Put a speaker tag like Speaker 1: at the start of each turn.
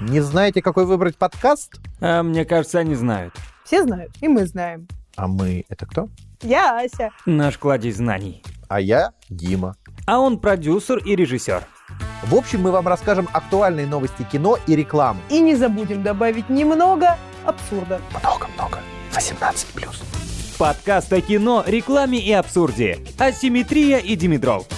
Speaker 1: Не знаете, какой выбрать подкаст?
Speaker 2: А, мне кажется, они знают.
Speaker 3: Все знают, и мы знаем.
Speaker 1: А мы — это кто?
Speaker 3: Я Ася.
Speaker 2: Наш кладезь знаний.
Speaker 1: А я — Дима.
Speaker 2: А он продюсер и режиссер.
Speaker 1: В общем, мы вам расскажем актуальные новости кино и рекламы.
Speaker 3: И не забудем добавить немного абсурда.
Speaker 1: Много-много. 18+.
Speaker 2: Подкаст о кино, рекламе и абсурде. Асимметрия и Димитров.